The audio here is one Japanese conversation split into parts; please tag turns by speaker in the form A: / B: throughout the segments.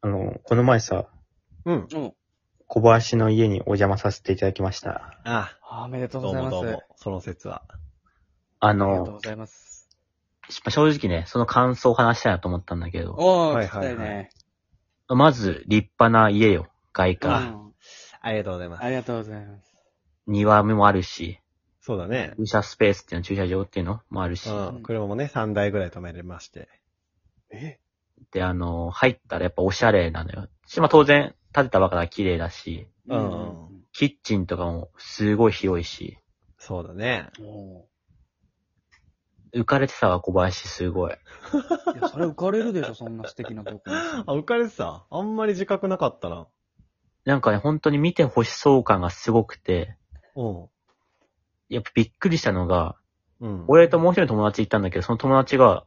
A: あの、この前さ、
B: うん。
C: うん。
A: 小林の家にお邪魔させていただきました。
B: あ
C: あおめでと
B: あ、
C: う
B: ど
C: ご
B: う
C: ざい
B: も
C: ます。
B: どうも。その説は。
A: あ
C: ありがとう
A: の、
C: ございます。
A: し正直ね、その感想を話したいなと思ったんだけど、
C: おー、
B: はい
C: 聞き
B: はいは
C: た
B: い
C: いね。
A: まず立派な家よ。外
C: う
A: 観。
C: ん
B: ありがとうございます。
C: ありがとうございます。
A: 庭もあるし、
B: そうだね。
A: 駐車スペースっていうの、駐車場っていうのもあるし
B: う。ん。車もね、3台ぐらい止めれまして。
C: え
A: で、あの、入ったらやっぱおしゃれなのよ。しまあ当然、建てたばかりだから綺麗だし、
B: う
C: うんん。
A: キッチンとかもすごい広いし、
B: そうだね。
C: お
A: 浮かれてたわ、小林すごい。
C: ーいや、それ浮かれるでしょ、 そんな素敵なとこに。
B: あ、浮かれてた。あんまり自覚なかったな。
A: なんかね、本当に見てほしそう感がすごくて、
B: うん。
A: やっぱびっくりしたのが、
B: うん。
A: 俺ともう一人の友達行ったんだけど、その友達が、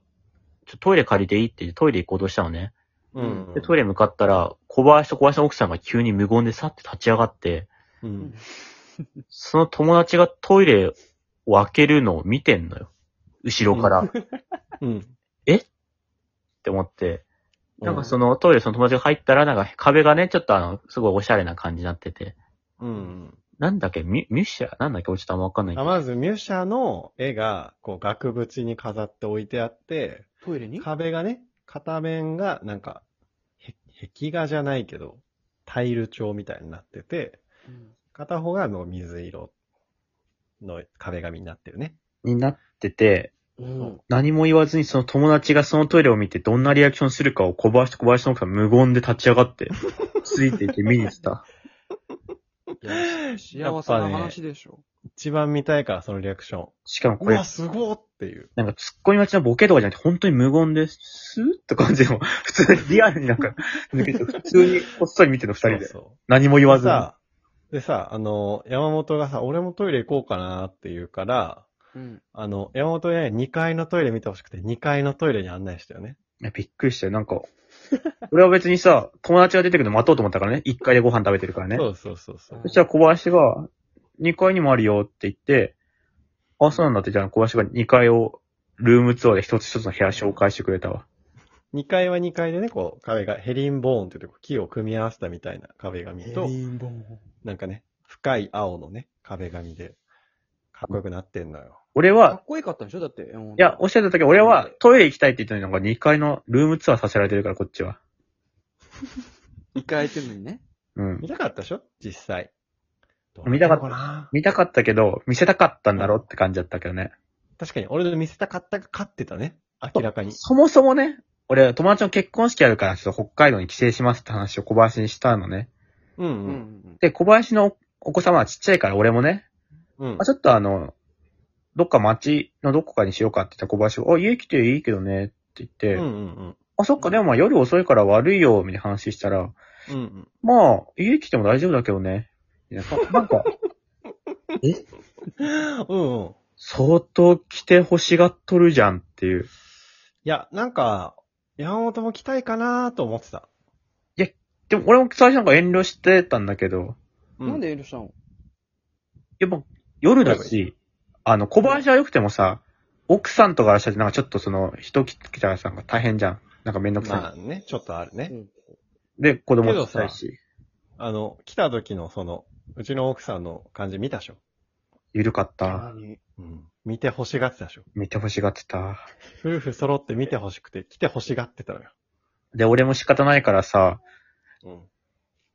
A: ちょ、トイレ借りていいって言ってトイレ行こうとしたのね。
B: うん。
A: で、トイレ向かったら、小林と小林の奥さんが急に無言でさって立ち上がって、
B: うん。
A: その友達がトイレを開けるのを見てんのよ。後ろ から。っ
B: うん。
A: て思って。
B: うん
A: なんかそのトイレその友達が入ったら、なんか壁がね、ちょっとあの、すごいおしゃれな感じになってて。
B: うん。
A: なんだっけミュ、ミュッシャーなんだっけ俺ちょっとあんまわかんないけ
B: あ
A: ど。
B: まず、ミュシャの絵が、こう、額縁に飾って置いてあって、
C: トイレに
B: 壁がね、片面が、なんか、へ壁画じゃないけど、タイル調みたいになってて、
C: うん
B: 片方がもう水色の壁紙になってるね。
A: になってて、
C: うん。
A: 何も言わずにその友達がそのトイレを見てどんなリアクションするかを小林と小林の奥さん無言で立ち上がって、 ついていて見に行ってた。
C: いや、幸せな話でしょ。
B: 一番見たいから、そのリアクション。
A: しかもこ
B: う
A: れ
B: わ、、すごーっていう。
A: なんか突っ込み待ちのボケとかじゃなくて本当に無言で、スーッと感じでも、 普通にリアルになんか抜けて、 普通にこっそり見てるの二人で。
B: そうそう
A: 何も言わずに。
B: さ、でさ、あの、山本がさ、俺もトイレ行こうかなって言うから、
C: うん。
B: あの、山本に2階のトイレ見てほしくて、2階のトイレに案内したよね。
A: いやびっくりしたよ、なんか。俺は別にさ、友達が出てくるの待とうと思ったからね。一階でご飯食べてるからね。
B: そうそうそうそう。
A: そしたら小林が、2階にもあるよって言って、あ、そうなんだって、じゃあ小林が2階を、ルームツアーで一つ一つの部屋紹介してくれたわ。
B: 2階は2階でね、こう、壁が、ヘリンボーンっていうこう木を組み合わせたみたいな壁紙と、
C: ンボン。
B: なんかね、深い青のね、壁紙で、かっこよくなってんのよ。
A: 俺
C: か
A: は
C: っ、こよかったんでしょだって。い
A: いや、おっしゃってたけど、俺はトイレ行きたいって言ってたのが2階のルームツアーさせられてるから、こっちは。
C: 一回空いてるのにね。
A: うん
B: 見。たかったでしょ実際。
A: 見たかった
B: どうなのな
A: 見たかったけど、見せたかったんだろって感じだったけどね。
B: 確かに、俺の見せたかったが勝ってたね。明らかに。
A: そもそもね、俺、友達の結婚式あるから、ちょっと北海道に帰省しますって話を小林にしたのね。
B: うん
C: う
B: うん。
C: ん。
A: で、小林のお子様はちっちゃいから、俺もね、
B: うん
A: あ、。ちょっとあの、どっか町のどこかにしようかって言った小林が、あ、家来ていいけどねって言って、
B: うんうん
A: あ、そっか、でもまあ夜遅いから悪いよ、みたいな話したら、
B: うん。うんうん。
A: まあ、家来ても大丈夫だけどね。いや なんか、
B: うんうん。
A: 相当来て欲しがっとるじゃんっていう。
B: いや、なんか、山本も来たいかなと思ってた。
A: でも俺も最初なんか遠慮してたんだけど、
B: う
C: なんで許したの
A: やっぱ夜だし、あの、小林は良くてもさ、奥さんとからしたらなんかちょっとその、人来たらさ、なんか大変じゃん。なんかめんどくさい。
B: まあね、ちょっとあるね。
A: で、子供小さいし、
B: あの、来た時のその、うちの奥さんの感じ見たでしょ。
A: ゆるかった。
C: 何
B: うん。見て欲しがってたでしょ。
A: 見て欲しがってた。
B: 夫婦揃って見て欲しくて、来て欲しがってたのよ。
A: で、俺も仕方ないからさ、
B: うん。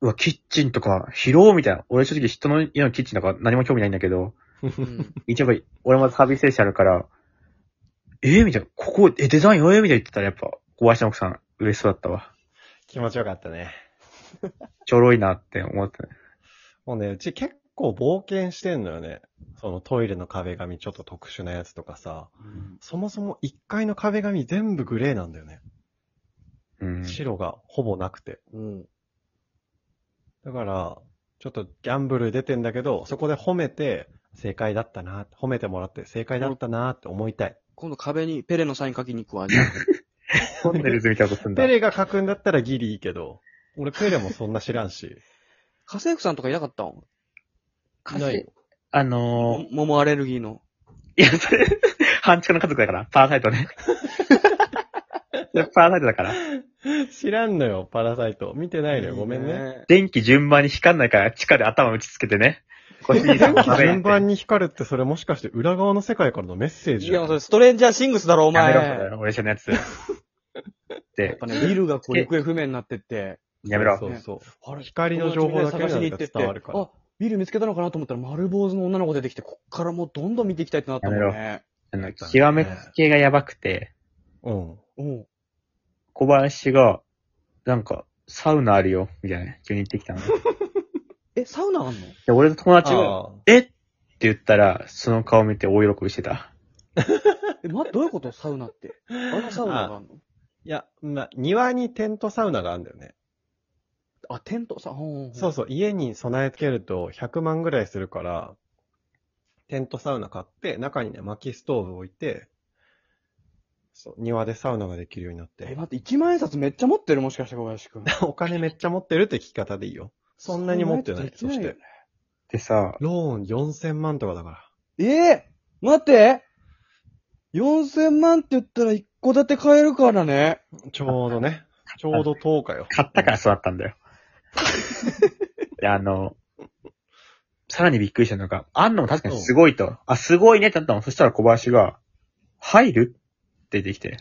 A: うわ、キッチンとか、広うみたいな。俺正直人の家のキッチンとか何も興味ないんだけど、
C: うん。
A: 一応やっぱ俺もサービス精神あるから、えみたいな、ここ、え、デザインよえみたいな言ってたらやっぱ、小林の奥さん嬉しそうだったわ。
B: 気持ちよかったね。
A: ちょろいなって思って。
B: もうね、うち結構冒険してんのよね。そのトイレの壁紙ちょっと特殊なやつとかさ。そもそも1階の壁紙全部グレーなんだよね。
A: うん。
B: 白がほぼなくて。
C: うん。
B: だから、ちょっとギャンブル出てんだけど、そこで褒めて、正解だったな、褒めてもらって正解だったなって思いたい。
C: 今度壁にペレのサイン書きに 行くわ。じゃあ
A: トンネルズみたいなことすんだ
B: ペ。レが書くんだったらギリいいけど、俺ペレもそんな知らんし。
C: 家政婦さんとかいなかったん
A: 家
B: ない
A: 政あの
C: 桃アレルギーの。
A: ー、いや、それ、半地下の家族だから、パーサイトね。やっぱあなただから。
B: 知らんのよ、パラサイト。見てないのよ、ごめんね。
C: ね。
A: 電気順番に光んないから地下で頭打ちつけてね。腰に
B: 電気順
A: や
B: 番に光るって、それもしかして裏側の世界からのメッセージ
C: い
B: じゃ
C: や、
B: ん
C: それストレンジャーシングスだろ、お前。
A: めろ
C: や、
A: 俺一緒のやつ。
C: っ
A: で、
C: ぱね、ビルがこう行方不明になってって、
A: やめろ。
B: そうそう。
C: あれ、
B: 光の情報だけ
C: 探しに
B: なん
C: 行
B: か
C: ってって、
B: 伝わるから。
C: あ、ビル見つけたのかなと思ったら丸坊主の女の子出てきて、こっからもうどんどん見ていきたいってなったもんね。
A: あの、極めつけがやばくて、
B: うん。
C: うん。
A: 小林が、なんか、サウナあるよ、みたいな、急に言って きたの。
C: え、サウナあんの
A: で、俺の友達が、
B: あ
A: えって言ったら、その顔見て大喜びしてた。
C: え、ま、どういうことサウナって。あのサウナがあんの
B: いや、まあ、庭にテントサウナがあるんだよね。
C: あ、テントさ、うんん。
B: そうそう、家に備え付けると100万ぐらいするから、テントサウナ買って、中にね、薪ストーブ置いて、そう、庭でサウナができるようになっ
C: え、
B: て。
C: 待って、1万円札めっちゃ持ってるもしかして小林くん。
B: お金めっちゃ持ってるって聞き方でいいよ。そんなに持ってない。
C: そ
B: そ
C: んなや
B: し
C: つできないよ
B: て
C: ね、
A: でさ、
B: ローン4000万とかだから。
C: ええ待って4000万って言ったら一個建て買えるからね。
B: ちょうど ね、ちょうど10日よ。
A: 買ったからそうだったんだ よ。で、あの、さらにびっくりしたのが、あんのも確かにすごいと。あ、すごいねってなったの。そしたら小林が、入るって出てきて。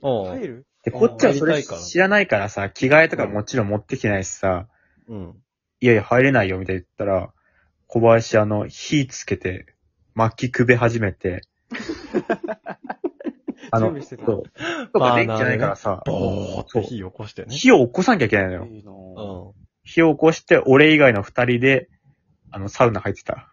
B: お
C: 入
B: う
C: る
A: で、こっちはそ
B: 入
A: れ
B: りたいから
A: 知らないからさ、着替えとかもちろん持ってきてないしさ、
B: うん。
A: いやいや入れないよみたいに言ったら、小林あの、火つけて、薪くべ始めて、あの、
C: 準備してた
A: そう。とか電気じゃないからさ、
B: ボーっ
A: そ
B: と
A: う
B: 火起こしてね。
A: 火を起こさなきゃいけないのよ。
C: いいな
B: う
C: ぁ。
B: ん。
A: 火を起こして、俺以外の二人で、あの、サウナ入ってた。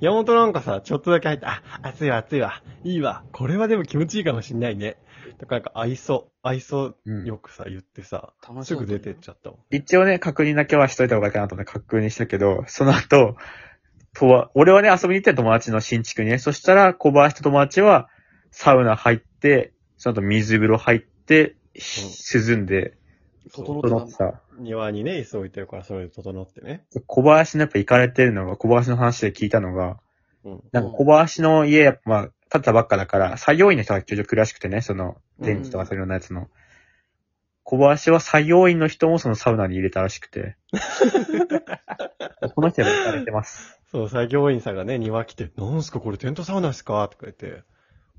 B: 山本なんかさ、ちょっとだけ入って、あ、暑いわ、暑いわ、いいわ、これはでも気持ちいいかもしんないね。とかなんか愛想、愛想
A: うん
B: よくさ、言ってさ、
C: 楽し
B: す
C: そ
B: ぐ
C: うだね
B: 出てっちゃったもん。
A: 一応ね、確認だけはしといた方がいいかなと思って確認したけど、その後、とは、俺はね、遊びに行って友達の新築にね、そしたら小林と友達は、サウナ入って、その後水風呂入って、ひ涼んで、
C: 整って
A: 整
C: た
A: って
C: んだ。
A: た。
B: 庭にね、椅子置いてるから、それで整ってね。
A: で小林のやっぱ行かれてるのが、小林の話で聞いたのが、
B: うん。
A: なんか小林の家、やっぱまあ、建てたばっかだから、作業員の人が結局来るらしくてね、その、電気とかそういうようなやつの。小林は作業員の人もそのサウナに入れたらしくて。この人は行かれてます。
B: そう、作業員さんがね、庭来て、なんすかこれテントサウナですかとか言って、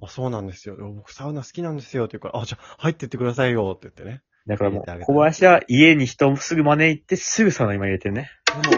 B: あ、そうなんですよ。でも僕サウナ好きなんですよ。って言うから、あ、じゃあ入ってってくださいよ。って言ってね。
A: だからもう、小林は家に人をすぐ招いて、すぐサウナに今入れてるね。
C: でも、